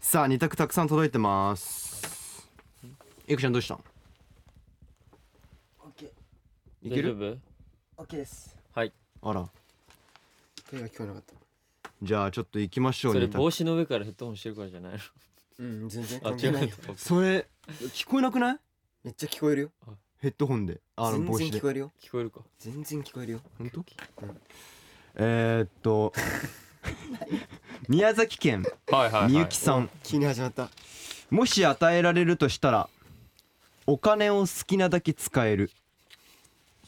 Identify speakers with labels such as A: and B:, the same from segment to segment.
A: さあ2択たくさん届いてますいくちゃんどうしたん
B: オッケー
A: いける
C: る
B: オッケーです
C: はい
A: あら
B: 手が聞こえなかった
A: じゃあちょっと行きましょう
C: それ
A: 2択
C: 帽子の上からヘッドホンしてるからじ ゃないの
B: うん全然
C: あ
B: 関
C: 違
B: 係
C: う
B: ないよ
A: それ聞こえなくない
B: めっちゃ聞こえるよ
A: ヘッドホンであの
B: 全
A: 帽
B: 然
A: 子
B: 聞
A: で
B: こえるよ
C: 聞こえるか
B: 全然聞こえるよ
A: 本当
B: うん
A: えー、っと宮崎県
C: はいは
A: みゆきさん
B: 急に始まった
A: もし与えられるとしたらお金を好きなだけ使える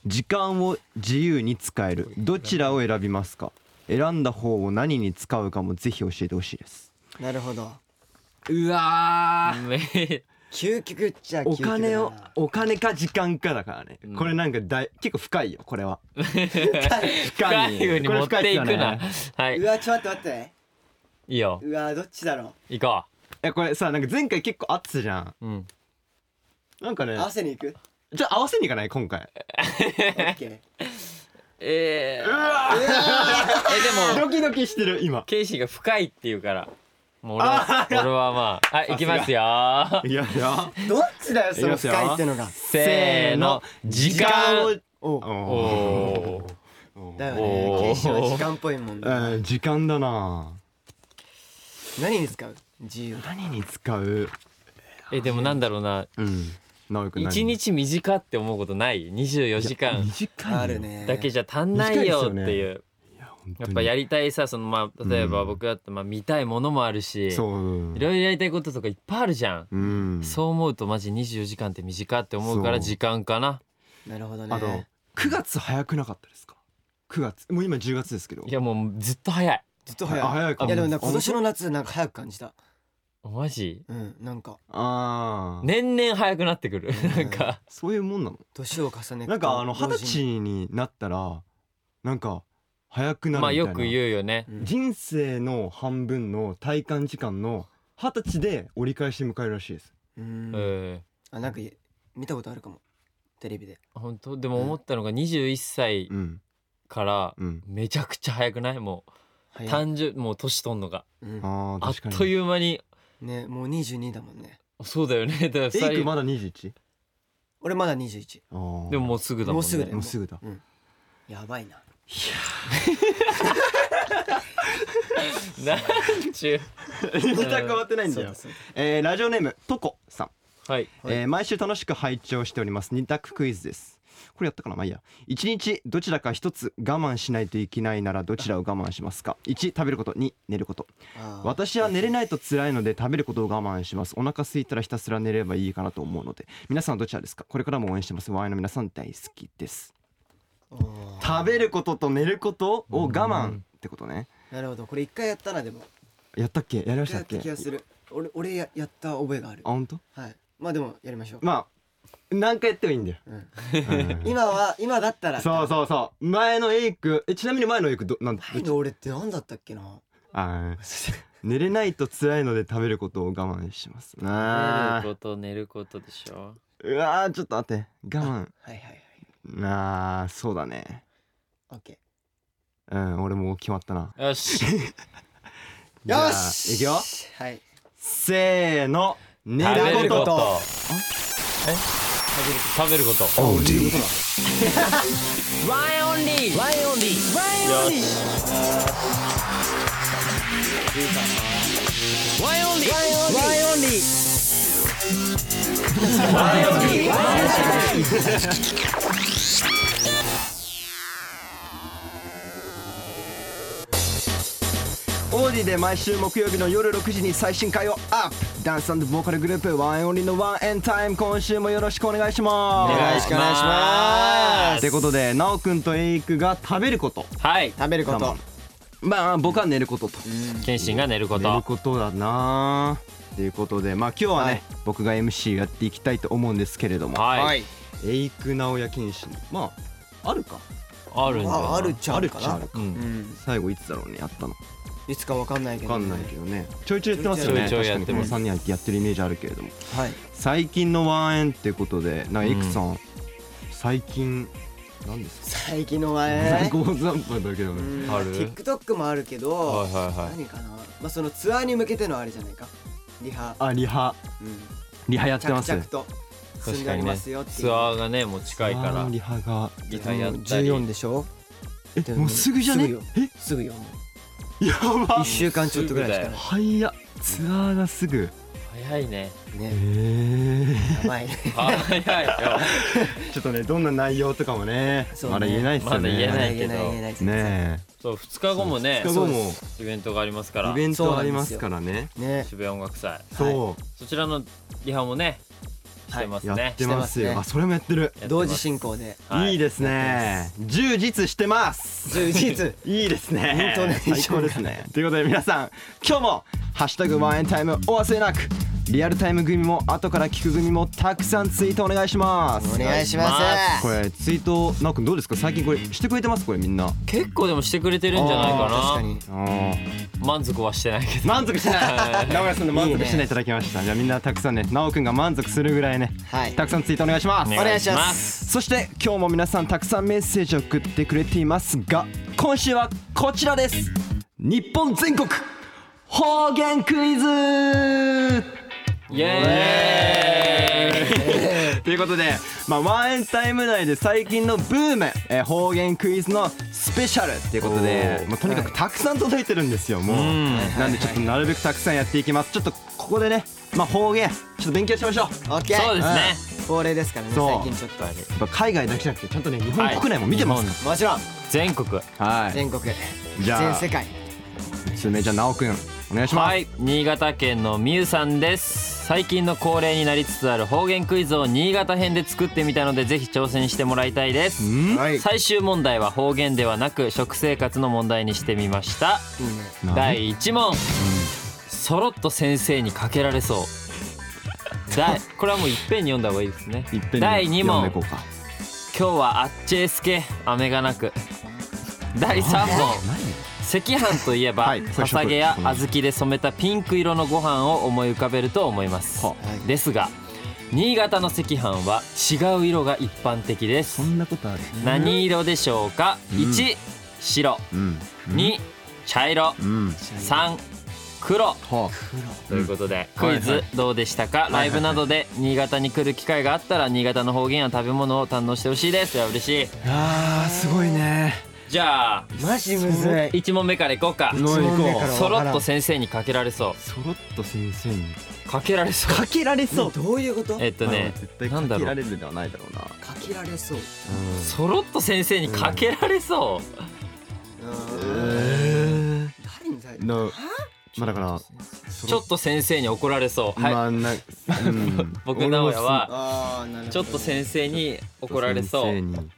A: 時間を自由に使えるどちらを選びますか選んだ方を何に使うかもぜひ教えてほしいです
B: なるほど
A: うわ
C: め
B: 究極っちゃ究
A: お
B: 極だな
A: 金をお金か時間かだからね、
C: うん
A: これなんかだい結構深いよこれ は深
C: 深
A: い
C: いように
A: これ
C: 持っ
A: 深
C: てい
A: す
C: く
A: よ
C: な
A: ね
C: はいう
B: わちょっと待って待って
C: いいよ
B: うわどっちだろ
C: 行こ
A: えこれさなんか前回結構合ってたじゃん
C: ううん
A: なんか
B: う
A: ね
B: 合わせに行く
A: じゃあ合わせにいかない今回
B: オッケー
C: えー、えでも
A: ドキドキしてる今
C: ケイシーが深いって言うからもう俺は
A: あー
C: 俺はまあはい行きますよ
A: いやいや
B: どっちだよそ
A: いき
B: の
A: ますよ
B: 深いってのが
C: せーの時間
B: おう
C: お
A: お
C: おー
B: だよ
C: お
B: ね
C: ー
B: ケイシは時間っぽいもん
A: えー時間だな
B: 何に使う自由
A: 何に使う
C: えでもなんだろうな
A: うん直くん
C: 一日短って思うことない24時間
A: 短いよ
B: あるね
C: だけじゃ足んないよって
A: 短いです
C: いう、
A: いや本当
C: や
A: に
C: っぱやりたいさそのまあ例えば
A: うん
C: 僕だってまあ見たいものもあるし、い
A: そ
C: ろ
A: う
C: いろやりたいこととかいっぱいあるじゃん、
A: うん
C: そう思うとマジ24時間って短って思うから
A: そう
C: 時間かな
B: なるほどね
A: あと9月早くなかったですか9月もう今10月ですけど
C: いやもうずっと早い
B: ずっと早い
A: あ早いかも
B: やでもなんか今年の夏なんか早く感じた
C: マジ
B: うんなんか
A: ああ
C: 年々早くなってくる
B: うん
C: なんか
A: そういうもんなの
B: 年を重ね
A: なんかあの二十
B: 同時に
A: 歳になったらなんか早くなる
C: まあ
A: みたい
C: よ
A: な
C: く言うよね
B: うん
A: 人生の半分の体感時間の二十歳で折り返して迎えるらしいです
B: う
C: うん、
B: んあなんか見たことあるかもテレビで
C: 本当でも思ったのが21歳
A: うん
C: から
A: うん
C: めちゃくちゃ早くないもう
B: 早い
C: 単純もう年取んのが
B: うん
A: ああ
C: あっ
A: 確かに
C: という間に
B: ねもう22だもんね
C: そうだよね だから
A: エイ
C: 二
A: ク
C: 人
A: まだ 21?
B: 俺まだ21
A: あー
C: でももうすぐだも
B: もう
C: んね
B: すぐだよ
A: もうすぐだ
B: やばいな
C: なんちゅう
A: 2択終わってないんだ
B: そう
A: よ
B: だそうだ
A: えーラジオネームトコさん、
C: はい
B: はい
A: えー毎週楽しく拝聴しております2択クイズですこれやったかなまあいいや1日どちらか1つ我慢しないといけないならどちらを我慢しますか1食べること2寝ること
B: あー
A: 私は寝れないと辛いので食べることを我慢しますお腹空いたらひたすら寝ればいいかなと思うので皆さんはどちらですかこれからも応援してますワイの皆さん大好きです
B: おー
A: 食べることと寝ることを我
C: う
A: 慢っ
C: ん
A: てことね
B: なるほどこれ一回やったなでも
A: やったっけやりま
B: 一
A: した
B: 回
A: っ
B: やった
A: け
B: 気がする俺俺ややった覚えがある
A: あ本当
B: はいまあでもやりましょう
A: まあ何回やってもいい んだよ、
B: うん
A: うん
B: 今は今だったら
A: そうそうそう前のエイクえちなみに前のエイクどなん
B: 前の俺って何だったっ けな
A: あー寝れないと辛いので食べることを我慢します
C: 寝
A: な
C: ること寝ることでしょ
A: うわーちょっと待って我
B: はいはいはい
A: 慢なあそうだね
B: オッケ
A: うん俺もう決まったな
C: よし
B: ーよし
A: いくよ
B: はい
A: せーの寝
B: べ
A: る
B: る
A: こ
B: こと
C: とえ食べることワンオンリーワンオンリーワンオンリーワンオンリー
B: ワイオンリー
A: オーディで毎週木曜日の夜6時に最新回をアップダンスボーカルグループワンオンリーのワンエンタイム今週もよろしくお願いしま
C: お
A: す
C: 願いします
A: ってことでなおくんとエイクが食べること
C: はい
B: 食べるこ
A: 我
B: と
A: 慢まあ僕は寝ることと
C: 謙信が寝るこ
A: 寝る
C: と
A: ことだなということでまあ今日はね、
B: はい
A: 僕が MC やっていきたいと思うんですけれども、
C: はい
B: い
A: エイク直哉謙信まああるか
C: あるんじゃない
B: ああるっちゃあるかな
A: あるっちゃあるか
C: うん
B: うん
A: 最後いつだろうねやったの
B: いつかわかんないけ
A: 分
B: ど
A: かんないけどねちょいちょいやってますよね
C: ちょいち
A: 確か
C: ょいや
A: にこ
C: って
A: の
C: ます
A: 3人やってやってるイメージあるけれども
B: はい
A: 最近のワンエンってことでなんかエイクさん、最近何ですか
B: 最近の前
A: 最高残波だけどね
C: ある
B: TikTok もあるけど
C: はいはいはい
B: 何かなまあそのツアーに向けてのあれじゃないかリハ、
A: あリハ
B: うん、
A: リハやって
B: 着
A: ます
B: 々と進んでありますよっていう
C: ツアーがねもう近いか
A: あ
C: ら
A: ーリハが
C: リハやったり
B: 14でしょ
A: えもうすぐじゃ
B: す
A: ね
B: ぐよ
A: え
B: すぐよ
A: やば
B: 1週間ちょっとぐらいしかな
A: はいやツアーがすぐ
C: 早 いね
B: い
A: え
B: ね
A: ー、
B: やばいね
C: 早いよ
A: ちょっとねどんな内容とかもね
B: そうね
A: まだ言えないっすよね
C: ま だ言え
B: ま
C: な
B: だ
C: い
B: 言えない言えない
A: ね
C: そう2日後も
A: え
C: ね
A: 2日後も
C: イベントがありますから
A: イベントありますからね
B: ね
C: 渋谷音楽祭
B: そうなんですよ
A: そ
C: そちらのリハもねしてます
A: う、や
C: ね
A: ってます
B: してます
A: よ
B: ね
A: あそれもやってる
C: やってます
B: 同時進行で
C: はい
A: いいですね充実してます
B: 充実
A: いいですね。
B: 本当ね
A: 最高ですね。ということで皆さん、今日もハッシュタグワンエンタイムお忘れなく。リアルタイム組も後から聞く組もたくさんツイートお願いします。
B: お願いしま
A: これツイートなんかどうですか？最近これしてくれてますこれみんな。
C: 結構でもしてくれてるんじゃない
A: あ
B: す
C: かな
B: 確
C: 満足はしてないけど
A: 満足しない。直哉さんの満足してないいただきました。じゃあみんなたくさんね、直くんが満足するぐらいね、
B: はい
A: たくさんツイートお願いします。
B: お願いします
A: そして今日も皆さんたくさんメッセージを送ってくれていますが今週はこちらです日本全国方言クイズ
C: イエーイ
A: ということで、まあ、ワンエンタイム内で最近のブーム、えー方言クイズのスペシャルということで、まあ、とにかくたくさん届いてるんですよ、もう、なんでちょっとなるべくたくさんやっていきますちょっとここでね、まあ、方言ちょっと勉強しましょう
B: かに OK
C: そうですね
B: 恒例ですからね
A: そう
B: 最近ちょっと
A: やっぱ海外だけじゃなくてちゃんとね日本国内も見てます
B: もちろん
C: 全国
A: はい、
B: 全国
A: じゃ
B: 全
A: あ
B: 世界
A: すめじゃあ直くんお願いします、
C: はい新潟県のみゆさんです最近の恒例になりつつある方言クイズを新潟編で作ってみたのでぜひ挑戦してもらいたいです
A: ん
B: はいいいね
C: 最終問題は方言ではなく食生活の問題にしてみました第1問そろっと先生にかけられそう第これはもういっぺんに読んだ方がいいですね
A: いっぺんに
C: 第2問
A: 読んでいこうか
C: 今日はあっちえすけ雨がなく第3問赤飯といえば
A: はいこれ食
C: 捧げや
A: う
C: 小
A: ん
C: 豆で染めたピンク色のご飯を思い浮かべると思います
A: は
B: あ
C: ですが新潟の赤飯は違う色が一般的です
A: んなことある
C: 何色でしょうか
A: ん
C: 1白
A: うん
C: 2茶色
A: うん
C: 3黒
A: は
C: ということで、
A: うん
C: クイズどうでしたか、
A: はいはい
C: ライブなどで新潟に来る機会があったら新潟の方言や食べ物を堪能してほしいですいや嬉しい
A: あーすごいね
C: じゃあ
B: マジむずい
C: 1問目からいこうか
A: の
B: 一問
A: 行
B: 目
A: こう
B: から
C: そ
B: わ
C: ろ
B: からん
C: っと先生にかけられそ
A: そろっと先生に
C: うかけら れそう
A: かけられそう
B: どういうこと
C: えっとね
A: 絶対
C: な
A: か
C: んだ
A: け
C: ろ
A: ら
C: う
A: れるではないだろうな
B: かけられそう
C: そろっと先生にかけられそう
A: え
B: 誰に対
A: ーのまあだから
C: うちょっと先生に怒られそうはい、
A: まあなうん
C: 僕直哉は
B: ああなるほど
C: ちょっと先生に怒られそ
A: 先生
C: う
A: に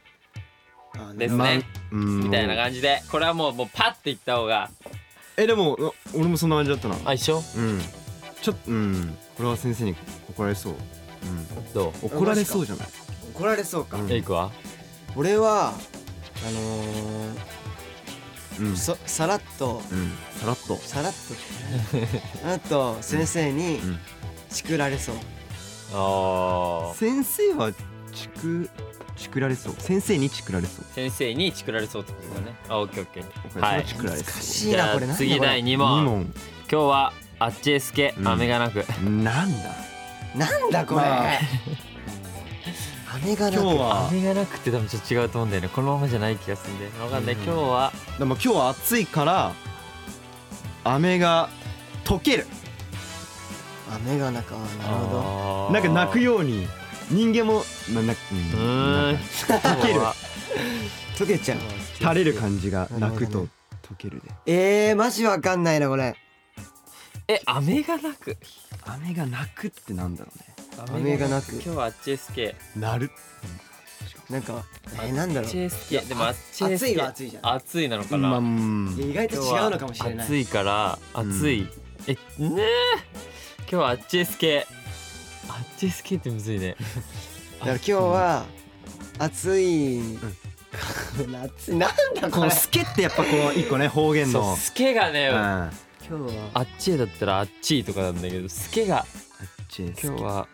B: あーな
C: で
B: る
C: す
B: ほど
C: ね
A: うん
C: みたいな感じでこれはもうもうパッていった方が
A: えでも俺もそんな感じだったな
C: あ一緒
A: うんちょっとうんこれは先生に怒られそううん
C: どう
A: 怒られそうじゃない
B: 怒られそうか
A: うん
C: エイクは
B: 俺はあの
A: うん
B: ーそさらっと
A: うんさらっと
B: さらっとさらっと先生に
A: うん
B: チクられそう
C: あー
A: 先生はチクチクられそう先生にチクられそう
C: 先生にチクられそうってことだねあオッケーオッケーはい
A: チクられ
B: 難
A: そう
B: しい
C: じ
B: な
C: ゃ
B: これ
C: あ
B: なんだ
C: 次
B: これ
C: 第2
A: 2
C: 問今日はあっちへすけ
A: うん
C: 雨がなく、
A: 問なんだ
B: なんだこれ
A: まあ
B: 雨がな
A: 今日
B: く
A: は
C: 雨がなくって多分ちょっと違うと思うんだよねこのままじゃない気がするんで分かんない、
A: うん
C: 今日は
A: でも今日は暑いから雨が溶ける
B: 雨がなくあーなるほど
C: あー
A: なんか泣くように人間もななう
C: うー
A: んな
C: ん
A: んか
C: 溶
A: ける
B: 溶けちゃう
A: 垂れる感じが泣く
B: な
A: と
B: る
A: 溶けるで
B: えーマジわかんないなこれ
C: え雨がなく
A: 雨が泣くってなんだろうね
B: 雨がなく
C: 今日はあっちへすけ
A: なる
B: なんかえーなんだ
C: あ
B: ろ
C: っ
B: う
C: ちへすけでもあっちへ
B: 暑
C: すけ
B: いは暑いじゃん
C: 暑いなのかな、
A: まあうん
B: いや意外と違うのかもしれない
C: 暑いから
A: うん
C: 暑い、えねえ今日はあっちへすけあっちへすけってむずいね
B: だから今日は暑い、 夏なんだ
A: こ
B: これ
A: のスケってやっぱこう一個ね方言
C: そう
A: の
C: すけがね、
A: うん
C: あ
A: あっ
B: 今日は
C: っちへだったらあっちいとかなんだけどすけが
A: ちへ
C: 今日は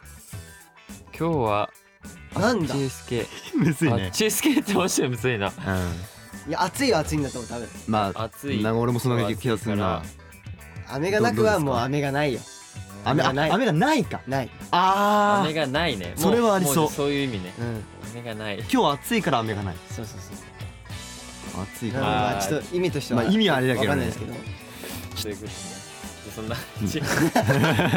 C: 今日は
B: なんだ
C: あっちへすけ
A: むずい
C: あ
A: ね
C: っちへすけって面白いむずいな
A: うん
B: いや暑いは暑いんだと思う多分
A: まあ
C: 暑い
A: なんか俺もそんな気がするな
C: 暑
B: 雨がなくはもう雨がないよ
A: 雨
B: 雨がない
A: あ雨がないか
B: ない、
A: あ
C: 雨
A: あ
C: がないねもう
A: それはありそう
C: もそういう意味ね
B: うん、
C: 雨がない
A: 今日暑いから雨がない
B: そうそうそう
A: 暑いか
B: なので
A: ら
B: まあちょっと意味として
A: ま
B: は、
A: あ意味はあれだけどね
B: わかんないですけど
C: ということでねそんな感じ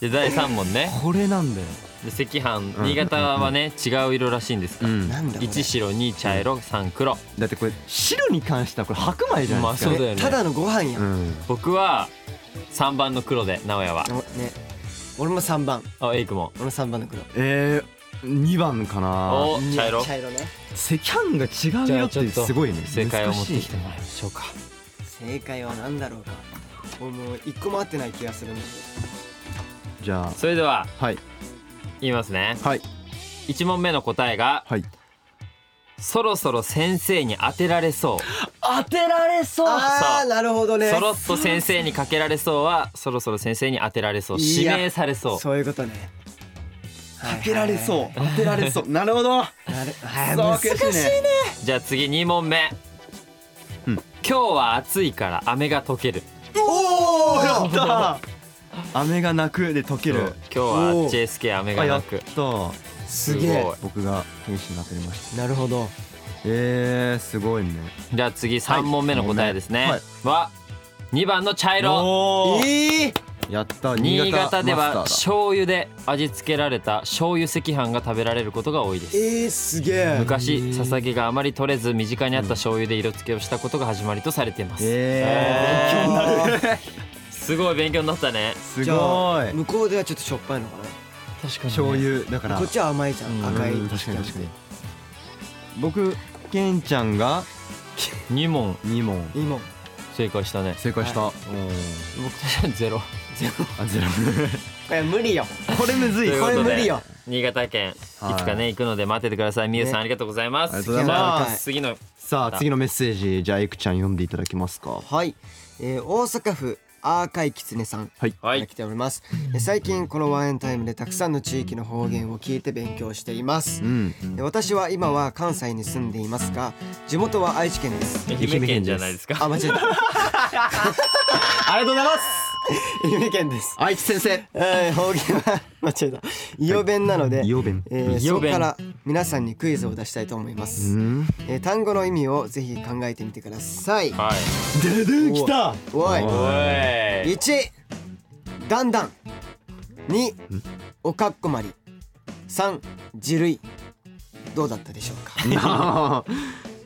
C: で第三問ね
A: これなんだよ
C: で赤飯新潟はね違う色らしいんですが
A: うん
B: なんだこれ
C: 1白2茶色3黒
A: だってこれ白に関してはこれ白米じゃないですか
C: まあそうだよね
B: ただのご飯や、
A: うん
C: 僕は3番の黒で直哉は
B: おね俺も3番
C: あエイクも
B: 俺も3番の黒
A: えー、2番かな
C: お茶色
B: 茶色ね
A: 赤飯が違うよってすごいね
C: 正解を持
A: 難
C: って
A: しい
C: きてもらいましょうか
B: 正解は何だろうか俺もう一個も合ってない気がするんだ
A: じゃ
C: それでは
A: あはい
C: 言いますね
A: はい
C: 1問目の答えが
A: はい
C: そろそろ先生に当てられそう
A: 当てられそ
B: あ
C: そ
B: あなるほどね
C: そろっと先生にかけられそうはそろそろ先生に当てられそう指
B: いや
C: 名されそう
B: そういうことね
A: 当てられそう
B: は
A: 当てられ そうなるほど
B: いはいはいなるはい
A: そう
B: 難しい
A: 悔しいね
B: ね
C: じゃあ次2問目、
A: うん
C: 今日は暑いから飴が溶ける
A: おおやった雨が泣くで溶け
C: 今
A: る
C: 日は JSK 飴が
A: あや
C: な
A: っ
C: く
A: た
B: すげえ
C: ごい
A: 僕が天使に当たりました
B: なるほど
A: えー、すごいね
C: じゃあ次3問目の答えですね、
A: はい
C: は2番の茶色
A: おー
B: ええ
A: やった
C: 新潟では
A: マスター
C: 醤油で味付けられた醤油赤飯が食べられることが多いです
B: えー、すげえ
C: 昔佐々木があまり取れず身近にあった醤油で色付けをしたことが始まりとされていま
A: だ
C: す、
A: えー、勉強になる
C: すごい勉強になったね
A: す
B: じ
A: ご
B: ゃあ
A: い
B: 向こうではちょっとしょっぱいのかな
C: 確か
A: 醤油だから
B: こっちは甘いじゃん、
C: うん
B: 赤い
A: うん確かに確かに僕ケンちゃんが
C: 2問
A: 2問
B: いいもん
C: 正解したね
A: 正解した、
B: は
A: おー
C: 僕 たちはゼロ
A: あゼロ
B: これ無理よ
A: これむずい
C: という
A: こ
C: こ
A: れ
C: と
A: む
B: 無
A: ず
C: で
A: い
B: 理よ
C: 新潟県いつ
A: はい
C: かね行くので待っててくださいみゆさん
B: ね
C: ありがとうございます
A: ありがとうござい
B: ます
C: じゃあ次の
A: さあ次のメッセージじゃあエクちゃん読んでいただけますか
B: はい、えー、大阪府アーカイキツネさん
A: はい
C: は
B: が
C: い
B: 来ております、えー最近このワンエンタイムでたくさんの地域の方言を聞いて勉強しています、
A: うん
B: えー私は今は関西に住んでいますが地元は愛知県です
C: 愛媛県じゃないですか
B: あ間違えた
C: ありがとうございます
B: 愛媛県です
A: 愛知先生
B: えー方言は間違えた伊予弁なので、
A: イオベン
B: えー
C: 伊
B: そ
C: 予
B: こ
C: 弁
B: から皆さんにクイズを出したいと思いま
A: う
B: す、
A: ん
B: えー単語の意味をぜひ考えてみてください、
C: はい
A: でで
B: き
A: た
B: おい
A: お
C: おい
B: 1だんだん2おかっこまり3自類どうだったでしょうか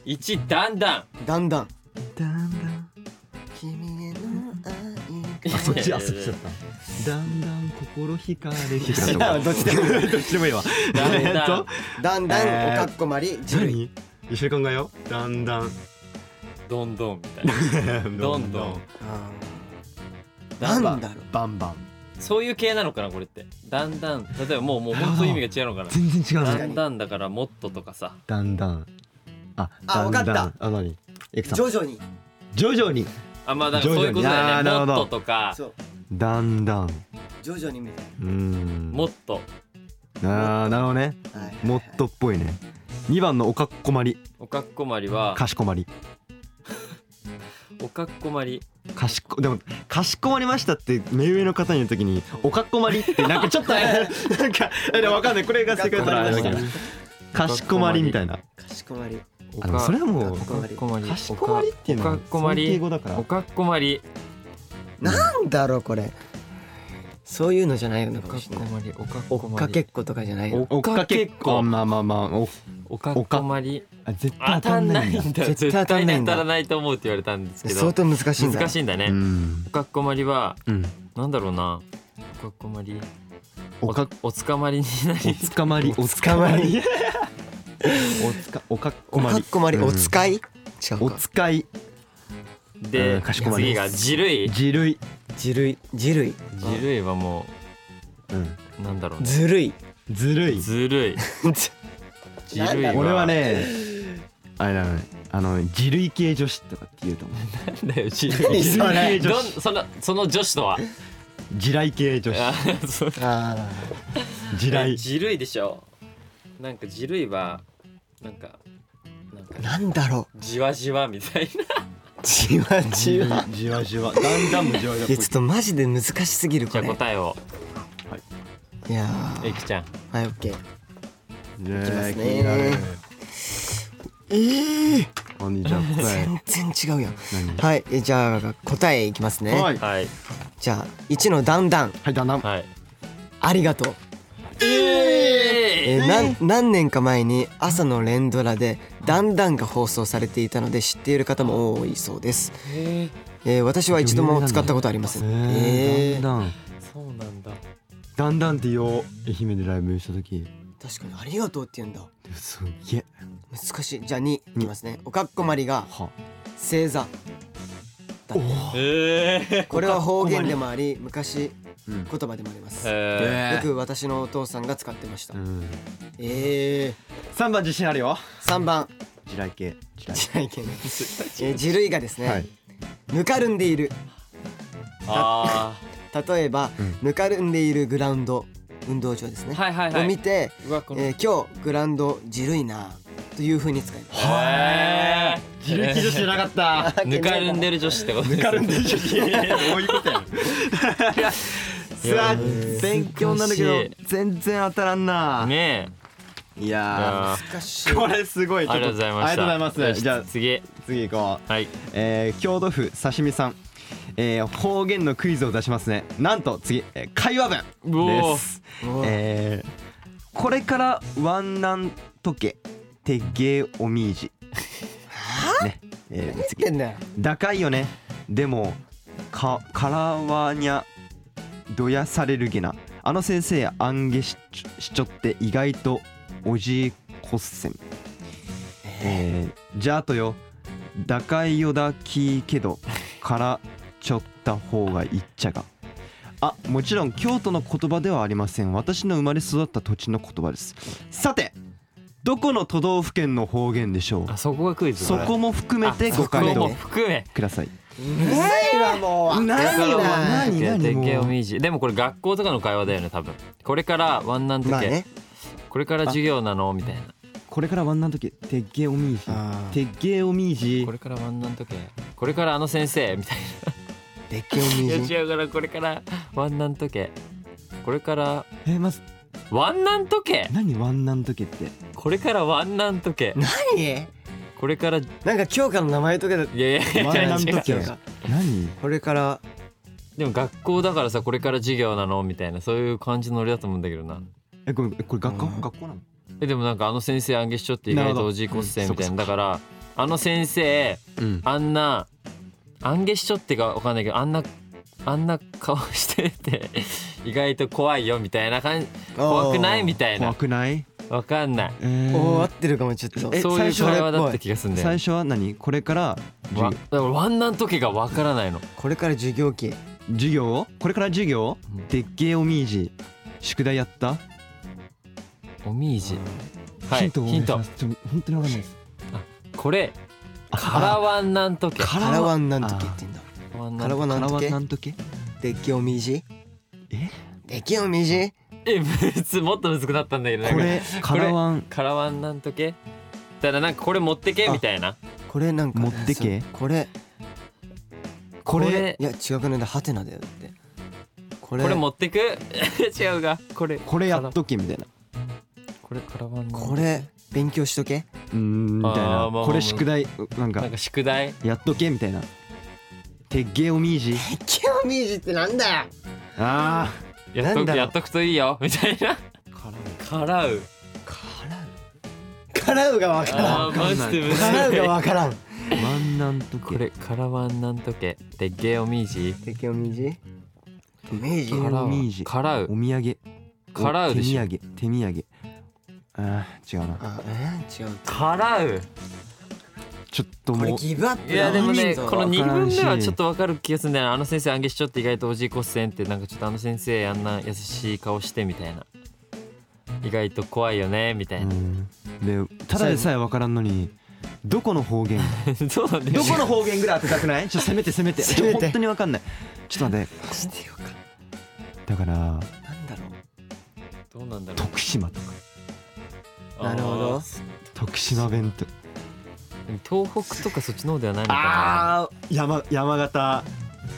C: 一だんだん
B: だんだ
A: だ
B: ん
A: んだん
B: 君への愛
A: あそっち
C: や
A: あ
C: いやいや
A: そっちだっただんだん心惹かれて
B: いやどっちで
A: も どっちでもいいわ
C: だんだん
A: えーっと
B: だんだん、
A: えー
B: おかっこまり自類
A: 何一緒に考えようだんだん
C: どんどんみたいなどんどん
B: あー
A: バンバ
B: な
A: ン
B: んだろう
A: バンバン
C: そういう系なのかなこれってだんだん例えばもうもう
A: なるほど
C: 本当意味が違うのかな
A: 全然違う
C: だ
A: ね
C: んだんだからもっととかさ
A: だんだんあ
B: あ
A: だんだん
B: わかった
A: あ何エクさん
B: 徐々に
A: 徐々に
C: あまあだからそういうこと
A: 徐
C: だ
A: 々
C: よ
A: にあ
C: ね
A: ーなる
C: もっ
A: ほ
C: と
A: ど
C: とか
B: そう
A: だんだんう
B: 徐々にみたい
A: ーん
C: もっと
A: あーなるほどね
B: な、はいはいはい
A: もっとっぽいね二番のおかっこまり
C: おかっこまりは
A: かしこまり
C: おかっこまり
A: かしこでもかしこまりましたって目上の方に言うときにおかっこまりってなんかちょっとなんかえでもわかんないこれが正解だったらあれだけどかしこまりみたいな
B: かしこまり
C: お
A: あでもそれはもう
B: おかっこ
C: ま
A: かしこまりっていうのは
C: おかっこま
A: そういう敬
C: り
A: 語だから
C: おかっこまり
B: なんだろうこれそういうのじゃないのかもしれない
C: まりおかっ
B: 追っかけっことかじゃないの
C: おかけっこ
A: あまあまあまあお
C: おかっこまり
A: あ絶対
C: 当
A: 当
C: た
A: た
C: ん
A: ん
C: な
A: ないん
C: い
A: だ
C: んだ
B: 絶対
C: 絶
B: 当た
C: 対
B: ん
C: に
B: ないん
C: 当
B: だ
C: たらないと思うって言われたんですけど
B: 相当難しいんだ
C: 難しいんだ
A: う
C: ね
A: ん
C: おかっこまりは
A: うん
C: なんだろうなおかっこまり
A: おか
C: おつかまりにな
A: お
C: り
A: つかまり
B: おつかまり
A: おつかおかっ
B: お
A: こま
B: か
A: り
B: っこまり、
A: うん
B: お使い違う
A: お
B: か
A: 使いう
C: で
A: んかしこまり
C: 次が地類
A: 自類
B: 自類自類
C: 地類はも
A: うん
C: うなんだろうね
B: ずるい
A: ずるい
C: ずるい地
B: なん
C: 類
B: だろう
A: 俺はねあれだねあの自類系女子とかって言うと思う
C: なん だよ地
B: 何
C: 類
B: それ
C: どんそのその女子とは
A: 地雷系女子
C: あそう
B: あ
A: 地雷
C: 地類でしょなんか地類はなんかなんか
B: ーなんだろ
C: じわじわみたいな
B: うじわじわ
A: じわじわだんだんもじわじわ
B: いやちょっとマジで難しすぎる
C: じ
B: こ
C: ゃあ
B: れ
C: 答えを
B: いや
C: えきちゃん
B: ーはいオッケー
A: じゃあ
B: きますね
A: 気になる
B: ええ
A: 兄じゃあ答え
B: 全然違うやん
A: 何
B: はいえじゃあ答えいきますね、
A: はい
C: はい
B: じゃあ1のだんだん
A: はいだんだん
C: はい
B: ありがとうえ
C: え
B: ーなん何年か前に朝の連ドラで「だんだん」が放送されていたので知っている方も多いそうです、
C: え
B: えー私は一度も使ったことありません
A: え
B: え
A: ー
B: ー
A: だんだん
C: そうなんだ
A: だんだんって言おう愛媛でライブした時
B: 確かに「ありがとう」って言うんだ
A: すっげえ
B: 難しいじゃあ2いきますねおかっこまりが
A: は
B: 星座だ
C: え
B: これは方言でもあり昔
A: うん
B: 言葉でもあります、
C: え
B: よく私のお父さんが使ってました、
A: うん
B: えー、
A: 3番自信あるよ
B: 3番
A: 地雷系地
B: じゃあいけない、えー、地類がですね、
A: はい
B: ぬかるんでいる
C: あ
B: 例えば、
A: うん
B: ぬかるんでいるグラウンド運動場ですね、
C: あはいはいは
B: を見
C: い
B: て、
C: うわこの
B: えー今日グラウンド地類なというふうに使います
C: へ
A: 地雷系女子じゃなかった
C: ーぬかるんでる女子ってことですね
A: るんで女子どういうことやさあ勉強になるけど
C: 難しい
A: 全然当たらんな
C: ね
A: い
C: え
A: や
C: あー
B: 難しい
A: ーこれすごいちょ
C: あ
A: っ
C: りがとうございました
A: ありがとうござい
C: よ
A: ます
C: し
A: じゃあ
C: 次
A: 次行こう
C: はい
A: えー、京都府刺身さん、えー、方言のクイズを出しますねなんと次、えー会話文
C: うお
A: です、えー、これからワンナンとけてげーおみーじねえー、次
B: 言ってんだよ
A: 高いよねでもかからわにゃどやされるげなあの先生あんげしちょしちょって意外とおじいこっせんえー、じゃあとよ高いよだきいけどからちょった方がいっちゃがあもちろん京都の言葉ではありません私の生まれ育った土地の言葉ですさてどこの都道府県の方言でしょう
C: あそこがクイズ
A: そこも含めて
C: あ
A: ご回
C: そこ
A: 答
C: も含め
A: くださいう
B: るさいわもう
A: 何
B: わかんない
A: 何何
C: で
A: もう
C: でもこれ学校とかの会話だよね多分これからワンナン時、
B: まあね
C: これから授業なのみたいな
A: これからワンナン時てっげえおみいじ
B: あー
A: てっげえおみいじ
C: これからワンナン時これからあの先生みたい
B: でっけおみ
C: な
B: じん
C: 違うからこれからワンナン時これから
A: えまず
C: ワンナン時
A: 何ワンナン時って
C: これからワンナン時
B: 何
C: これからい
B: なんか教科の名前とかだ
C: やいやい
A: ワン
C: やい
A: ナ
C: や
A: ン
C: 違う
A: 時
B: 違う違う
A: 何
B: これから
C: でも学校だからさこれから授業なのみたいなそういう感じのノリだと思うんだけどな
A: えこれえこれ学校
B: うん
A: 学校なの
C: えでもなんかあの先生あんげしちょって意外とおじいこっせんみたいなだからあの先生
A: うん
C: あんなあんげしちょってかわかんないけどあんなあんな顔してて 意外と怖いよみたいな感じ怖くないみたい
A: 怖
C: な
A: くない
C: わかんない
A: えー
B: おー合ってるかもちょっと
A: え
C: そういう会話だった気がするんだよ
A: 最
C: ね
A: 初は何これから授
C: わだからワンナン時がわからないの
B: これから授業期
A: 授業これから授業
C: うん
A: でっげえおみいじ宿題やった
C: おみいじはい
A: ヒントをお願
C: ヒ
A: いし
C: ント
A: ますちょっと本当にわかんないです
C: これからワンナン時
A: カ
B: カラワンなんとけって言うんだ
C: ワンナ
B: カラ
C: ン時
B: ワン
A: カ
B: なん
A: ラ
B: と
A: ワン
B: け
A: ナン時
B: でっけおみじ
A: え
B: でっけおみじ
C: え別もっと難くなったんだけどなん
A: こ
C: か
A: れカラワン
C: からワンなんとけただなんかこれ持ってけみたいな
B: これなんか
A: 持ってけ
B: そうこれ
A: こ
C: こ
A: れ
C: れ
B: いや違くないんだハテナだよってこれ
C: これ持ってく 違うがこれ
A: これやっとけみたいな
C: これからワンなんとけ
B: これ勉強しとけ
A: うーんみたい
C: あーま
A: な
C: あまあ
A: これ宿題うなん
C: な
A: か
C: んか宿題
A: やっとけみたいなてっげえおみいじ
B: でっけおみじってなんだよ
A: あ
C: やっ
B: な
C: と
B: んだろ
C: く
B: う
C: やっとくといいよみ たい な
A: あから
C: からう
B: からうがわからん
C: あーマジでむ
B: からう
C: ず
B: が
C: い
B: わからん
A: ワンナンと
C: こ
A: け
C: れからワンなんとけでゲオミージ
B: でっけおみじ明治
A: からお
C: う
A: みーじ
C: からう
A: お土産
C: からうでしょ
A: お手土産手土産あー違うな
B: あえー違う
C: からう
A: ちょっと
B: これ
A: もう
B: ギブアップだ
C: いやでも
B: 意
C: ね
B: 味が
C: この
A: 二
C: 2分目はちょっとわかる気がするんだよなあの先生あんげしちょって意外とおじいこっせんってなんかちょっとあの先生あんな優しい顔してみたいな意外と怖いよねみたいな、
A: うんでただでさえわからんのにどこの方言
C: そうなんだよ
A: どこの方言ぐらい当てたくない ちょっとせめてせめて
B: せめて
A: ちょ本当にわかんないちょっと待って
B: してよか
A: だから
B: なんだろう
C: どうなんだろ
A: 徳島とか
C: う
B: なるほど
C: あー
A: 徳島弁と
C: でも東北とかそっちの方ではないのか
A: あー山山形
C: な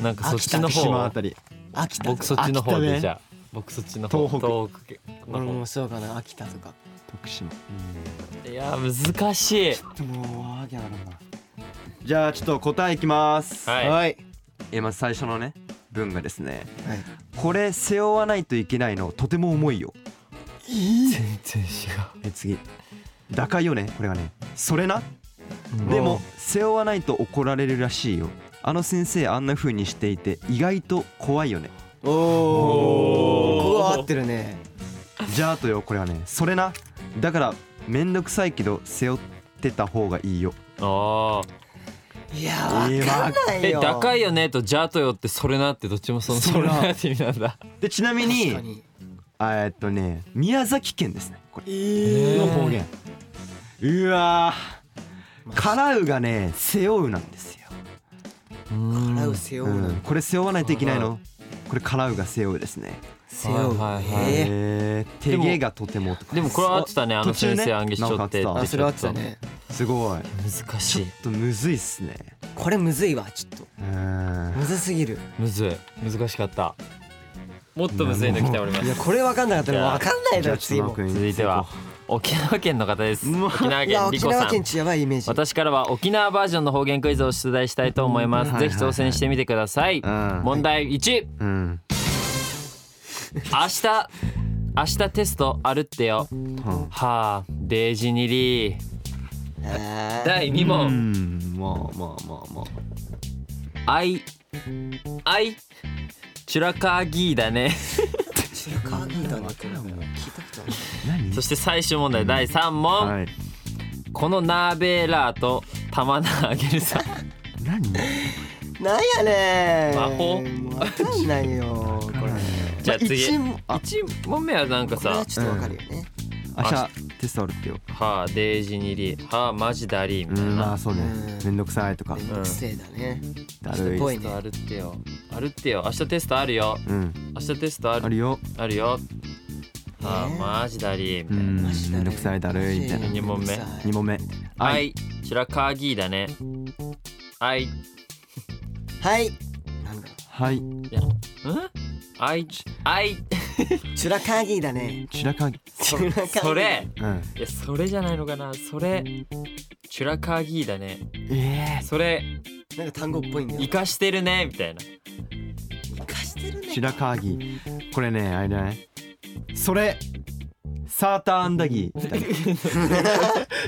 C: なんかそっちの
A: 福島あ
C: 方
A: たり
B: 秋田と
C: 僕そ
B: か
C: っちの方
A: 秋田
C: で
A: ね
C: じゃあ僕そっちの方
A: 東北
C: 東北
B: 俺
C: の
B: もそうかな秋田とか
A: 徳島
C: 方いやー難しい
B: でもわけわからんな
A: じゃあちょっと答えいきます
C: はい
A: はいえまず最初のね文がですね
B: はい
A: これ背負わないといけないのとても重いよ
C: 全然違
A: え次打開よねこれがねそれな
C: う
A: でも背負わないと怒られるらしいよあの先生あんな風にしていて意外と怖いよね
B: おお
C: おー
B: ここは合ってるね
A: じゃあとよこれはねそれなだからめんどくさいけど背負ってた方がいいよ
C: ああ
B: いやわかんない
C: え
B: よ
C: 高いよねとじゃあとよってそれなってどっちもそのそ
B: そ
C: れ
B: れな
C: なって意味なんだ
A: でちなみ
B: 確
A: に
B: かに
A: あえっとね宮崎県ですねこれ
B: え
A: の
C: ー
A: 方言うわ
B: ま
A: ー
B: あ
A: からうがね背負うなんですよ、
B: 払
C: 払
B: う背
A: う
B: 負うなん
A: ん、
B: て
A: これ背負わないといけない
C: は
A: のこれからうが背負うですね
B: 背負う
C: はいはいはい
A: え
B: え
A: ー、手芸がとてもとか
C: でもこれは合ってたねあの
A: 途中
C: 先
A: ね
C: 生暗記しちょって
A: なんかあ
B: ー
A: っ
B: あそれは合ってたね
A: すごい
C: 難
A: ち
C: し
A: ょ
C: い
A: っとむずいっすね
B: これむずいわちょっと
A: うーん
B: むずすぎる
C: むずい難しかったもっとむずいの来ておりま
B: いや
C: す
B: これわかんなかったらわかんないだろ次も
C: 続いては沖縄県の方です
A: うわ
C: 沖縄
B: い
C: 県
B: や
C: リ
B: 沖
C: コさ
B: 縄
C: ん
B: 県ちやばいイメージ
C: 私からは沖縄バージョンの方言クイズを出題したいと思いま
A: はい
C: す、
A: はいは
C: ぜ
A: い
C: ひ挑戦してみてください、
A: うん
C: 問題1
A: うん
C: 明日明日テストあるってよ
A: うん
C: はあデージにりー
B: えー
C: 第2
A: う
C: 問
A: んまあまあまあまあ
C: あいあいチュラカーギーだね
B: チラカーギーだね聞いたことある
A: 何
C: そして最終問題第3問、
A: はい
C: このナーベーラーと玉名あげるさ
A: 何
B: なんやね
C: 魔法
B: もうわかんないよこれ
C: じゃあ次
B: 一問あ
C: 1問目はなんか
B: これ
C: さ
B: はちょっとわかるよね
A: 明日テストあるってよ
C: はあデージにりーはあマジだりー
A: う
C: みたい
A: んま
C: な
A: あそうね
B: うん
A: めんどくさいとか
B: めんどくせえだね
A: だ
B: ちょっ
A: る
B: とぽい
A: い
C: テストあるってよあるってよ明日テストあるよ
A: うん
C: 明日テストある
A: あるよ
C: あるよあ
B: ねえ
C: マジだりーみ
A: う
C: たいな、
A: んめ
B: マジだね
A: んどくさいだるいみたいな
C: 二問目
B: めんどくさい
A: 二問目
C: は
A: はい
C: 白川ギーだねはいい
B: はいなんだろ
A: はい
C: やんはいはい
B: うチュラカーギーだね
A: ちらかぎ
B: チ
C: そ
B: ュラカーギー
C: それ
A: うん
C: いやそれじゃないのかなそれチュラカーギーだね
A: え
C: それ
B: なんか単語っぽいんだよ
C: 生かしてるねみたいな
B: 生かしてる
A: え
B: ね
A: ちらかぎこれねあれだねそれサーターアンダギーみたいな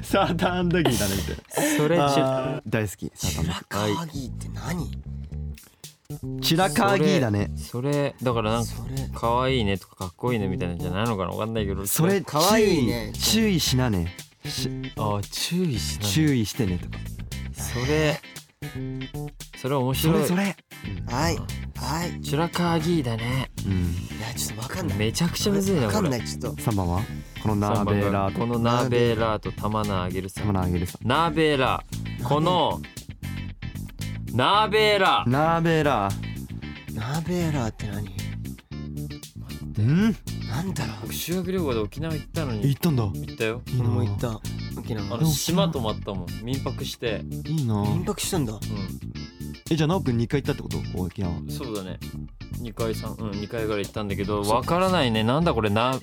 A: サーターアンダギーだねみたいな
C: それチュ
A: あー大好きサーターアン
B: チュ
A: ダ
B: ラカーギーって何
A: ギーちらかぎだね
C: それだからなんか
B: それ
C: 可愛いねとかかっこいいねみたいなんじゃないのかなわかんないけど
A: それ
B: かわいいね
A: 注意注意しなねし
C: ああ注意しない
A: 注意してねとか
C: それそれ面
A: そ
C: 白
A: れ
C: い
A: それ
B: はいはい
C: チュラカーギーだね
A: うん
B: いやちょっとわかんない
C: めちゃくちゃむずいなこれ
B: わかんないちょっと
A: 3番はこのナーベーラー
C: ことのナーベーラーと玉名あげるさ
A: 玉の揚げるさ
C: ナーベーラーこのナーベーラー
A: ナーベーラ
B: ナベーラーって何
A: ーん
B: なんだろ
C: 僕修学旅行で沖縄行ったのに
A: 行ったんだ
C: 行ったよ
A: いいうな
B: 俺も行った沖
C: あ
B: 縄
C: の
A: でも
C: 島泊まったもん民泊して
A: いいな
B: 民泊したんだ
C: う
A: えじゃあ直くん2回行ったってこと沖縄
C: んそうだね2回3うん2回ぐらい行ったんだけどわからないねなんだこれな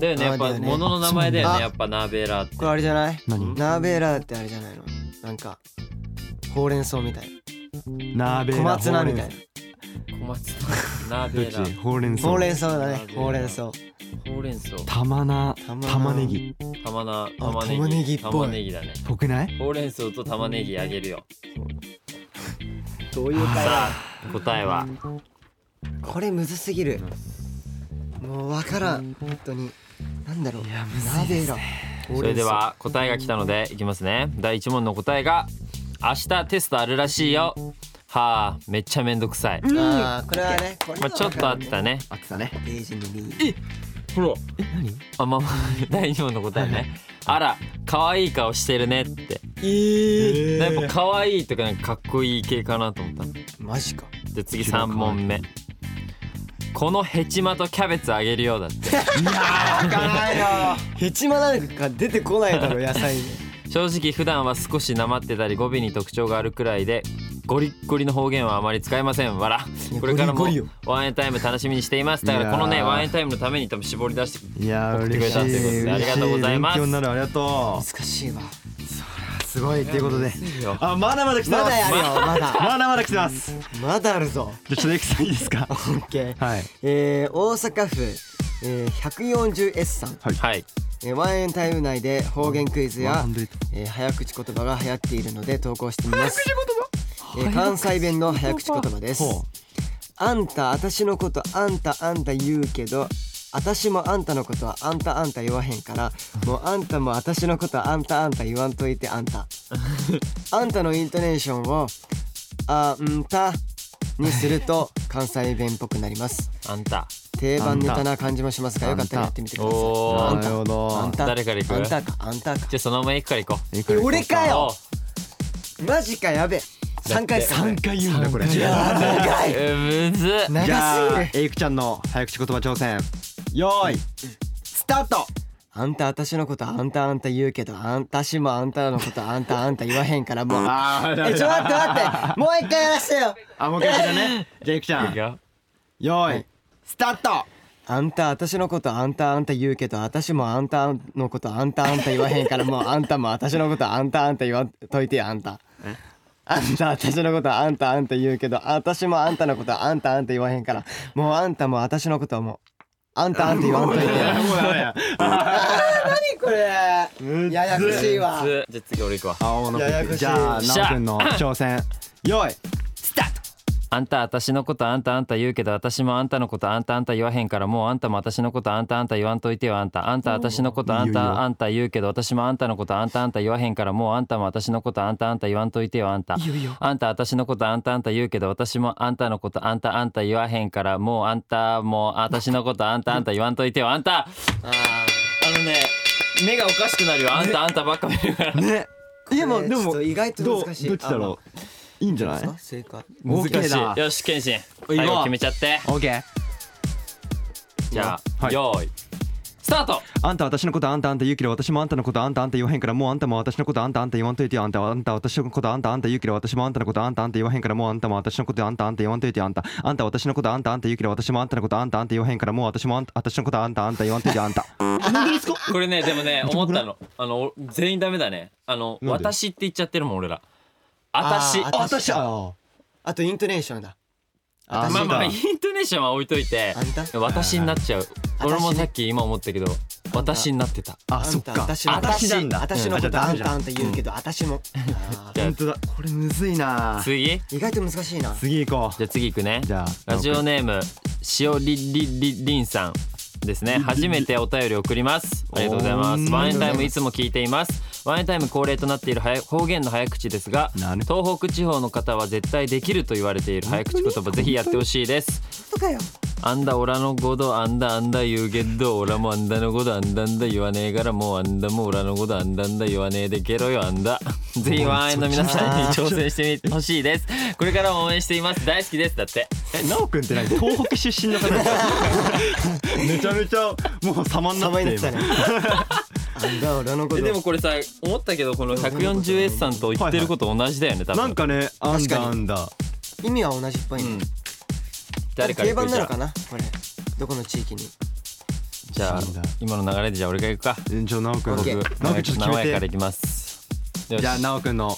C: だよねやっ
B: あだ
C: ぱ
B: よね
C: 物の名前だよ
B: あ
C: ねやっぱナーベーラーって
B: これあれじゃない
A: 何
B: ナーベーラーってあれじゃないのなんかほうれん草みたい
A: ナーベー
B: な小
A: ラー
B: 松菜みたいな
C: 小松菜ナーベ
A: どっ
C: ーラ
A: ち
C: ー
A: ほうれん草
B: ほうれん草だ
C: ナーベ
B: ね
C: ーラー
B: ほうれん草
C: ほうれん草
A: 玉な
B: 玉菜
A: 玉ねぎ
C: 玉菜
B: あ
C: 玉
B: 玉
C: ね
B: ねぎ
C: ぎ
B: っぽい
C: 玉ねぎだね
A: ぽくない
C: ほうれん草と玉ねぎあげるよ
B: どういう
C: さあ答えは
B: これむずすぎるもうわからん本当になんだろうナーベーラー
C: それでは答えが来たのでいきますね第1問の答えが明日テストあるらしいよはあめっちゃめんどくさい
B: ほうれん草あーこれはねこれは
C: まあちょっと合ってたね
A: あってたね
B: ページにリー
C: ほら
A: え何
C: あまあま あ第2問の答えねあら可愛い顔してるねって
B: え
C: やっぱ可愛いとかなんかかっこいい系かなと思ったじ
B: マジか
C: ゃあ次3問目このヘチマとキャベツあげるようだって
A: いやーわからないよ
B: ヘチマなんか出てこないだろ野菜で
C: 正直普段は少しなまってたり語尾に特徴があるくらいでゴリッゴリの方言はあまり使いませんわら
B: いや
C: これからも
B: ゴリゴリよ
C: ワンエンタイム楽しみにしていますだか
A: いやー
C: らこのねワンエンタイムのために多分絞り出して
A: いやー
C: 送って
A: 嬉
C: くれ
A: しい
C: たってことで
A: 嬉しい
C: ありがとうございます
A: 勉強になるありがと
B: 難しいわ
A: うすごいということで
C: いいよ
A: あまだまだ来て
B: ま
A: ます
B: だやるよまだ
A: まだまだ来てます
B: まだあるぞ
A: じゃあちょっとエクさんいいですか
B: オッケー
A: はい
B: えー大阪府、えー、140S さん、
C: はい
B: えーワンエンタイム内で方言クイズや、
A: 100
B: えー早口言葉が流行っているので投稿してみますえー関西弁の早口言葉です
A: ほ
B: あんた私のことあんたあんた言うけど私もあんたのことはあんたあんた言わへんからもうあんたも私のことはあんたあんた言わんといてあん たあんたのイントネーションをあんたにすると関西弁っぽくなります
C: あんた
B: 定番ネタな感じもしますが
A: あ
B: よ
A: んた
B: かったらやってみてください
C: おー
B: あん
A: なるほど
B: たあんた
C: 誰から行く
B: あんたかあんたか
C: じゃあそのまま行くから行こう
A: エク
B: え
A: レア
B: 俺かよ
C: おう
B: マジかやべ3回
A: 三回言うんだこれ
B: いやー長い
C: えむずっ
A: じゃ
B: 長す
A: あ
B: ぎる
A: エイクちゃんの早口言葉挑戦よーいスタート
B: あんた私のことあんたあんた言うけどあんたしもあんたのことあんたあんた言わへんからもう
A: あ
B: えちょ待って待ってもう一回やらせてよ
A: あもう一回だねじゃあエイクちゃ
C: い
A: ん
C: くよ
A: よーいスタート
B: あんた私のことあんたあんた言うけど私もあんたのことあんたあんた言わへんからもうあんたも私のことあんたあんた言わんといてよあんたあんた私のことあんたあんた言うけど私もあんたのことあんたあんた言わへんからもうあんたも私のこともうあんたあんた言わんといてよ
A: もうダメや
B: 何これややこしいわ
C: むずっじゃあ次俺行くわ
A: 青の
B: ややこしい
A: じゃあ
C: よっしゃ
A: なおくんの挑戦よーいスタート
C: あんた私のことあんたあんた言うけど私もあんたのことあんたあんた言わへんからもうあんたも私のことあんたあんた言わんといてよあんたあんた私のことあん
A: いいよいいよ
C: たあんた言うけど私もあんたのことあんたあんた言わへんからもうあんたも私のことあんたあんた言わんといてよあんたあんた私のことあんたあんた言うけど私もあんたのことあんたあんた言わへんからもうあんたも私のことあんたあんた言わんといてよあんたあのね目がおかしくなるよあんたあんたばっか見るから
A: ねいやもうで
B: ちょっと
A: も
B: 意外と
A: どうど
B: 難
A: っ
B: しい
A: ちだろういいんじゃない
B: あ正解
A: 難しい
C: 難しいよし謙信最後決めちゃって
A: オッケー
C: じゃあ、
A: はい
C: よーいスタート
A: あんた私のことあんたあんた言うけど私もあんたのことあんたあんた言わへんからもうあんたも私のことあんたあんた言わんといてよあんたあんた私のことあんたあんた言うけど私もあんたのことあんたあんた言わへんからもうあんたも私のことあんたあんた言わんといてよあんたあんた私のことあんたあんた言うけど私もあんたのことあんたあんた言わへんからもう私もあんた私のことあんたあんた言わんといてよあんた
C: これねでもね思ったのあの全員ダメだねあの「
A: なんで
C: 私」って言っちゃってるもん俺ら「あたし」
B: あー
C: あ
B: 私
A: あ
B: あとイントネーションだ
A: あ
B: 私
C: まあまあイ
A: だ
C: ントネーションは置いといて
B: あんた
C: 「私」になっちゃう
B: あー
C: 俺も
B: 私ね
C: さっき今思ったけど「
B: た
C: 私」になってた
A: あそっか
B: 私の
C: 私なんだ
B: 私の
A: うん
B: こ
A: あじ
B: と
A: ゃあダ
B: あ
A: メ
B: ん
A: じゃん
B: たあんた言うけど私もあ
C: じゃ
A: 本当だこれむずいな
C: あ次
B: ー意外と難しいな
A: 次行こ
C: じゃあ次いくね
A: うじゃあ
C: ラジオネームしおりりりりんさんですね初めてお便り送りますありがとうございま
A: お
C: す
A: ー
C: ワンエンタイムいつも聞いていますワンエンタイム恒例となっている早方言の早口ですが
A: なる
C: 東北地方の方は絶対できると言われている早口言葉ぜひやってほしいです
B: とかよ
C: あんだオラのことあんだあんだ言うけどオラもあんだのことあんだあんだ言わねえからもうあんだもオラのことあんだあんだ言わねえでけろよあんだぜひワンエンの皆さんに挑戦してみてほしいですこれからも応援しています大好きですだって
A: えなおくんって何東北出身の方ですかめちゃめちゃもう様にな
B: 名
A: って
B: 前になってたねあんだ俺のこ
C: え
B: と
C: でもこれさ思ったけどこの 140S さんと言ってること同じだよね多分
A: なんかねあん
B: 確か
A: だ
B: に
A: あんだ
B: 意味は同じっぽい
C: うん
B: ね
C: 誰か
B: 定番なの
C: ら
B: かなこれどこの地域に
C: じゃあ
A: そうだ
C: 今の流れでじゃあ俺が行くか
A: えじゃあなおくん
B: オッケー
A: 僕なおくんちょっと決
C: 名前
A: め
C: から
A: て
C: いきますよし
A: じゃあなおくんの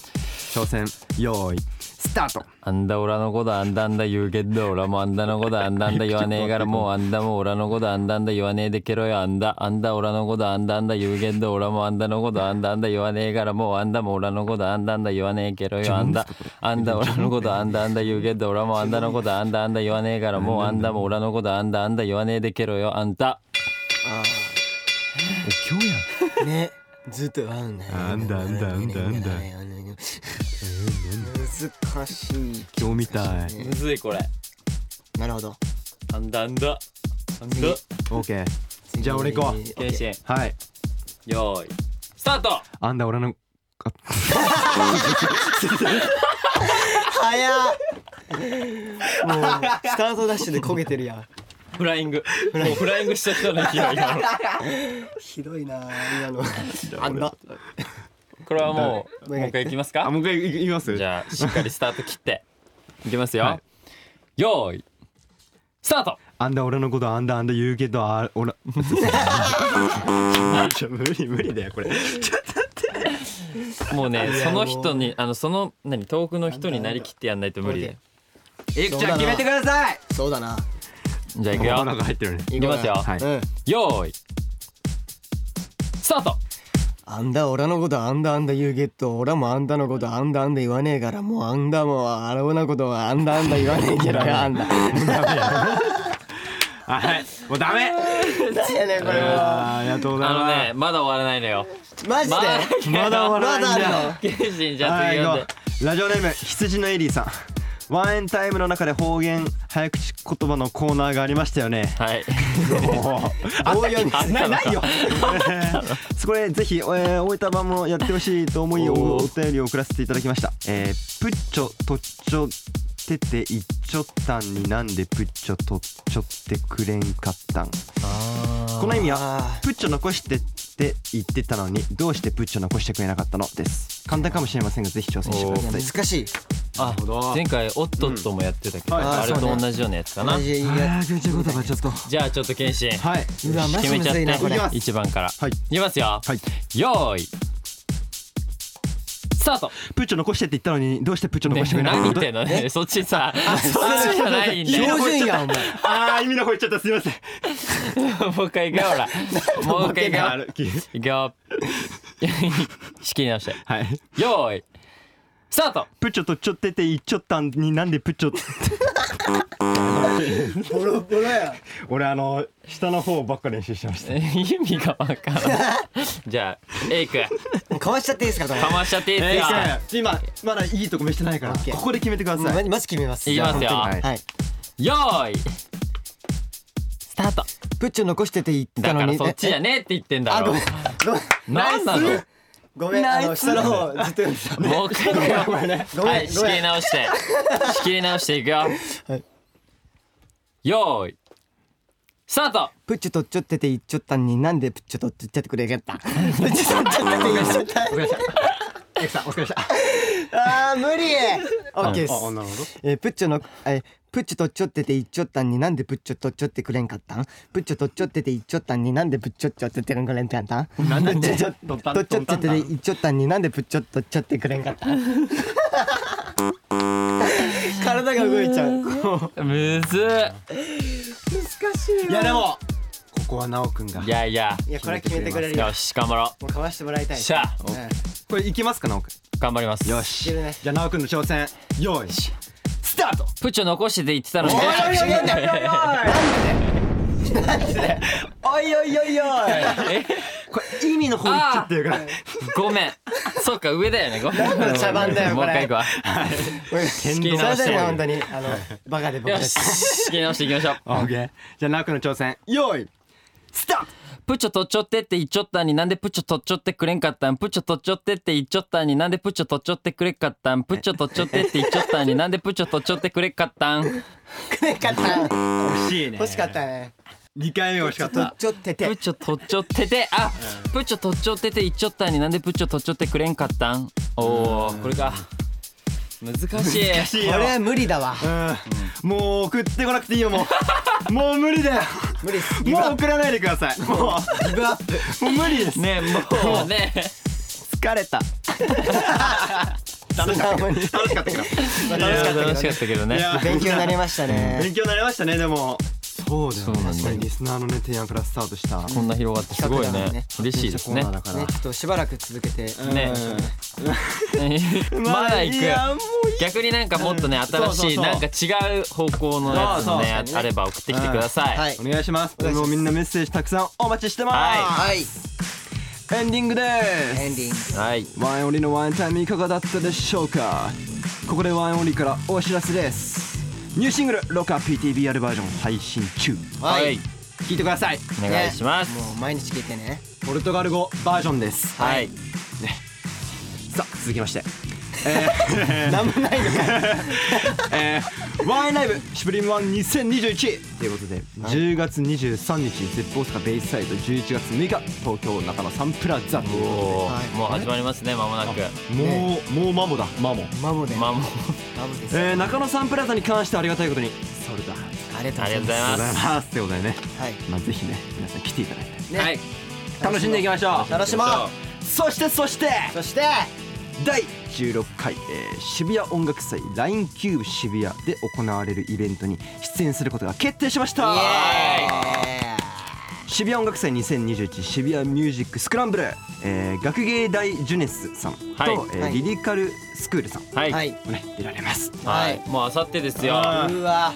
A: 挑戦よーいスタート
C: あんだオラのことあんだあんだ言うけど俺もあんだのことあんだあん だ言わねえからもうあんだもオラのことあんだあんだ言わねえでけろよあんだあんだオラのことあんだあんだ言うけど俺もあんだのことあんだあんだ言わねえからもうあんだもオラのことあんだあんだ言わねえけろよあんだあんだオラのことあんだあんだ言うけど俺もあんだのことあんだあんだ言わねえからもうあんだもオラのことあんだあんだ言わねえでけろよあんた
B: あ
A: 今日やん
B: ーねずっとあんだ
A: あんだあんだあんだあんだ
B: 難しい
A: 今日みたい
B: ね
C: むずいこれ
B: なるほど
C: あんだあんだあんだ
A: オッケーじゃあ俺行こう
B: 次
C: 謙信
A: はい
C: よーいスタート
A: あんだ俺のあ
B: 早っもうスタートダッシュで焦げてるやん
C: フライングもうフライングしち ゃったね今の
B: ひどいな今のあんだ
C: ここれはもう
B: 誰
C: もう一回いきます
A: あ
C: か
A: もう一回いきます
C: じゃあしっかりスタート切っていきますよ、
A: はい
C: よーいスタート
A: あんだ俺のことあんだあんだ言うけどあおらちょ無理無理だよこれ
C: もうね
B: いや
C: その人にあのその何遠くの人になりきってやんないと無理でいくち
B: そうだな
C: ゃん決めてください
B: そうだな
C: じゃあいく
A: なかな
C: よ
A: か入ってるね
C: いきますよ、
A: はい
B: うん
C: よーいスタート
B: あんだ俺のことあんだあんだ言うけど俺もあんだのことあんだあんだ言わねえからもうあんだもうあろうなことはあんだあんだ言わねえけどよあんだ
A: はいもうダメ
B: 何やねんこれ
A: あー
B: は
A: ありがとうござい
C: あの
A: ま
C: ねまだ終わらないのよ
B: マジで
C: ま
A: すまだ終わらないん
B: まだある
A: だ
B: の
C: 謙信じゃあ
A: は
C: 次
A: い
C: 読ん
A: 行こうラジオネーム羊のエリーさんワンエンタイムの中で方言早口言葉のコーナーがありましたよね
C: ではい
A: あ
B: 棒読み
A: ったっけなないよそ こでぜひ、えー、大分版もやってほしいと思いお
C: お
A: お
C: ー
A: 便りを送らせていただきました、えー、プッチョとっちょてていっちょったんになんでプッチョとっちょってくれんかったんこの意味は
B: あ
A: プッチョ残してって言ってたのにどうしてプッチョ残してくれなかったのです簡単かもしれませんがぜひ挑戦してくだ
B: い
A: さ
B: や
A: い
B: 難しい
C: あ
A: ど
C: 前回オットットもやってたけど、
A: うんはい
C: あれと
B: そうね
C: 同じようなやつかな、
B: 同じ言い
A: あ
B: 合い
A: ー、口言葉ちょっと。
C: じゃあちょっと謙信
A: はい。
B: うわマ
C: 決
B: ジ
C: め
B: む
C: ちゃっ
B: ずいなこれ
A: いきま
C: て
A: す
C: 一番から
A: はい。
C: いきますよ、
A: はい。
C: よーいスタート
A: プッチョ残してって言ったのに、どうしてプッチョ残してくれな
C: 何
A: か
C: 言
A: っ
C: ったてんのねそっちさそっちじゃないんだよ
B: 標準やんお前
A: あー、意味の方言っちゃった。すみません。
C: もう一回行くよほらもう一回行くよいくよ 仕切り直して
A: はい。
C: よーいスタート
A: プッチョとちょってて言っちょったんになんでプッチョ。
B: ボロボロや
A: 俺あの下の方ばっか練習してました。
C: 意味がわからない じゃあエイク
B: もうかわしちゃっていいですかこれ
C: かましちゃっていいっす
A: え
C: よ
A: ー、今まだいいとこ見してないから、
B: オッケー
A: ここで決めてくださ
B: マ
A: い。
B: ジマジ決めます
C: いきますよ
B: じゃあ
A: はい
B: はい
C: よーいスタート
B: プッチョ残してて言って
C: だ
B: たの
C: か
B: に
C: らそっちじゃ
B: え
C: ねえって言ってんだ
B: あご
C: ろ
B: めんごめん
C: なんなの
B: ごめんあの下の方ずっと読んでた
C: もう一回行くよ
B: ご
C: は
B: め
C: い、
B: ん
C: 仕
B: ご
C: 切
B: め
C: り
B: ん
C: 直して。仕切り直していくよ。
B: はい
C: よーい。スタート。
B: プッチョとっちょってて言っちょったのになんでプッチョとっちょっちゃってくれや がったプッチョとっちょってて言っちょったあー無理オッケーです
A: なるほど。
B: えープッチョのえープッチョとっちょってて言っちょったんになんでプッチョとっちょってくれんかったんプッチョとっちょってて言っちょったんになんでプッチョっちょっててくれんかったんなんでプッチョとっちょってて言っちょったんになんでプッチョとっちょってくれんかったん体が動いちゃう
C: むずっ
A: いやでもここは直くんが
C: い。やいや。
B: いやこれは決めてくれるよ
C: よし、頑張ろ
B: もうかわしてもらいた
C: う。
B: い
C: しゃあ、
B: うん
A: これいきますか直く
C: 頑張ります。
A: ん。よ
B: い
A: し。
B: けるね
A: じゃあ直くんの挑戦。よいし。スタート。
C: プッチョ残してて言ってたのに。
A: おいおいおいおい。 これ意味の方言っちゃってるから。
C: ごめん。そっか、上だよね。ごめん。
B: の茶番だよ
C: もう一回
B: こ
C: 行く
B: す
C: 切り
B: い
C: 直
B: ま
C: して
B: せんね本当にあのバカで僕
C: わ。よ
B: た
C: し、
B: ち
C: 仕切り直していきましょう。
A: オッケー。じゃあナークの挑戦。よい。スタート。
C: プッチョとっちょってって言っちょったんになんでプッチョとっちょってくれんかったんプッチョとっちょってって言っちょったんになんでプッチョとっちょってくれんかったんプッチョとっちょってって言っちょったんになんでプッチョとっちょってくれんかったんプ
B: くれんかった
A: 欲しいね
B: 欲しかったね
A: 二回目欲し
B: ち
A: か
B: ょっ
A: っ
B: と
A: た。
B: ちょってて
C: ッチョとっちょっててあプッチョとっちょってて言っちょったんになんでプッチョとっちょってくれんかったんおおこれか難しい
A: 欲しいよ
B: こ。れは無理だわ
A: うん。もう送ってこなくていいよも う。もう無理だよ。
B: 無理です
A: もう送らないでください。もう
B: ギブアップ
A: もう無理です。
C: ねもうね
A: 疲れた。
B: 楽しかった
A: 楽しかったから。
B: 楽しかったけどね
C: 楽しかったけど
A: い
C: ね
A: や
B: 勉強になりました
A: 勉
B: ね
A: 強になりましたねでも。そうだよ
C: ねそうなんだ
A: 確かにリスナーのね提案からスタートした。
C: こんな広がってすごい
B: 企画だもん
C: ね
B: ね
C: 嬉しいですね
A: コーナーだから
B: ねちょっとしばらく続けて
C: ね まだ行
A: いや
C: く
A: もういい
C: 逆になんかもっとね
A: うん
C: 新
A: そうそう
C: しい
A: そう
C: なんか違う方向のやつ
A: そうそう
C: ねあ
B: そう
C: あれば送ってきてください、
B: はい
A: お願いします。
B: 願いします
A: もうみんなメッセージたくさんお待ちしてます。
C: は
B: はい
A: エンディングです。
B: エンディング
C: はい
A: ワインオンリーのワインタイムいかがだったでしょうかここでワインオンリーからお知らせですニューシングル「ロカ PTBR バージョン」配信中
C: はい、
A: 聴いてください
C: お願いします、
B: もう毎日聞いてね
A: ポルトガル語バージョンです
C: はい
A: さあ続きまして
B: なんもないのか
A: えー、ワンエンライブシュプリームワン2021ということで10月23日に絶望スカベイサイド11月6日東京中野サンプラザというこ
C: おー
B: はい
C: もう始まりますね間もなく
A: とでもう、もうマモだマモ、
B: マモで
C: まあ
B: マ
C: もう
B: モです
A: えー、中野サンプラザに関してはありがたいことにソールドアウト
B: ありが
C: あり
B: とう
C: がと
B: ご
C: うご
B: ざ
C: ざ
B: い
A: ご
B: ま
C: います
A: ざいますということでね、
B: すはい
A: まあ、ぜひね皆さん来ていただいて
B: ね
C: はい
A: 楽しんでいきましょう
B: 楽しもう
A: そしてそして
B: そして
A: 第16回、えー渋谷音楽祭 LINE キューブ渋谷で行われるイベントに出演することが決定しました
B: イエ
A: 渋谷音楽祭2021渋谷ミュージックスクランブル、えー学芸大ジュネスさんと、
C: はい
A: えー
B: はい
A: リリカルスクールさん
C: は
B: ーイ
C: い
B: は
C: はいい、
A: もね出られます
B: はい
C: もうあさってですよ
A: あ
B: うわ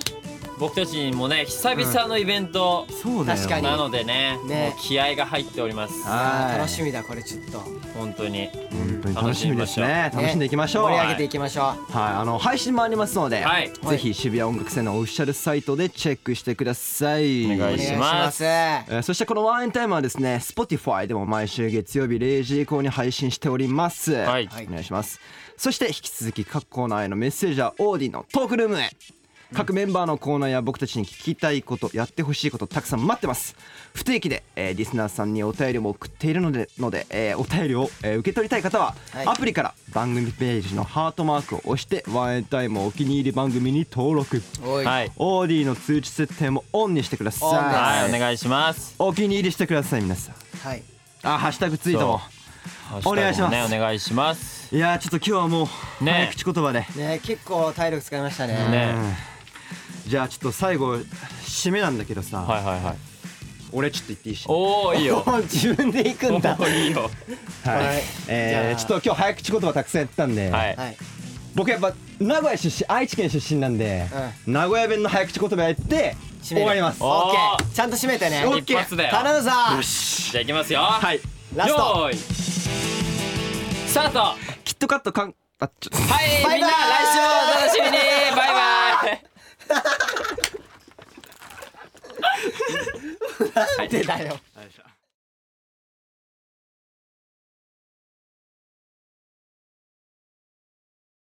C: 僕たちにもね久々のイベント
A: そう
B: だよ確かに
C: なのでね
B: ね
C: もう気合が入っております
A: はい
B: 楽しみだこれちょっと
C: 本当に
A: 本当に楽しみですね楽しんでいきましょう、
B: ね盛り
A: は
B: 上げ
A: い
B: ていきましょう
A: あの配信もありますので、
C: はい
A: ぜひ渋谷音楽祭のオフィシャルサイトでチェックしてください
C: お
B: お
C: 願
B: 願
C: い
B: い
C: し
B: しま
C: ますす
A: えーそしてこのワンエンタイムはですね Spotify でも毎週月曜日0時以降に配信しております、
C: はい
A: お願いしますそして引き続き各コーナーへのメッセージはオーディのトークルームへ各メンバーのコーナーや僕たちに聞きたいことやってほしいことたくさん待ってます不定期で、えーリスナーさんにお便りも送っているのでので、えーお便りを、えー受け取りたい方は、
B: はい
A: アプリから番組ページのハートマークを押してワンエンタイムをお気に入り番組に登録
B: おい
C: はい
A: オーディの通知設定もオンにしてください
B: オンです
C: はいお願いします
A: お気に入りしてください皆さん
B: はい
A: あハッシュタグツイートもお願いします
C: ハッシュタグもねお願いします
A: いやーちょっと今日はもう、
C: ね
A: 早口言葉で、
B: ね結構体力使いましたね
C: ね
A: うんじゃあちょっと最後締めなんだけどさ、
C: はいはいはい
A: 俺ちょっと言っていいし
C: おおいい よ
B: 自分で行くんだ
C: おーいいよ
A: はい、
B: はい
A: えー、
B: じゃあ
A: ちょっと今日早口言葉たくさんやったんで、
C: はい
B: はい
A: 僕やっぱ名古屋出身愛知県出身なんで、名古屋弁の早口言葉やって
B: 締
A: 終
B: める
A: わります
C: お
A: よ
B: オッケーちゃんと締めてね
C: オ
B: 頼
C: ッケー一発だよ
B: むぞ
A: し
C: じゃあいきますよ
A: はい
B: ラスト
C: よーいスタートは
A: キットカットかんあちょっ
C: い
B: バイバイ
C: みんな来週もお楽し みにバイバイ
B: なんでだよ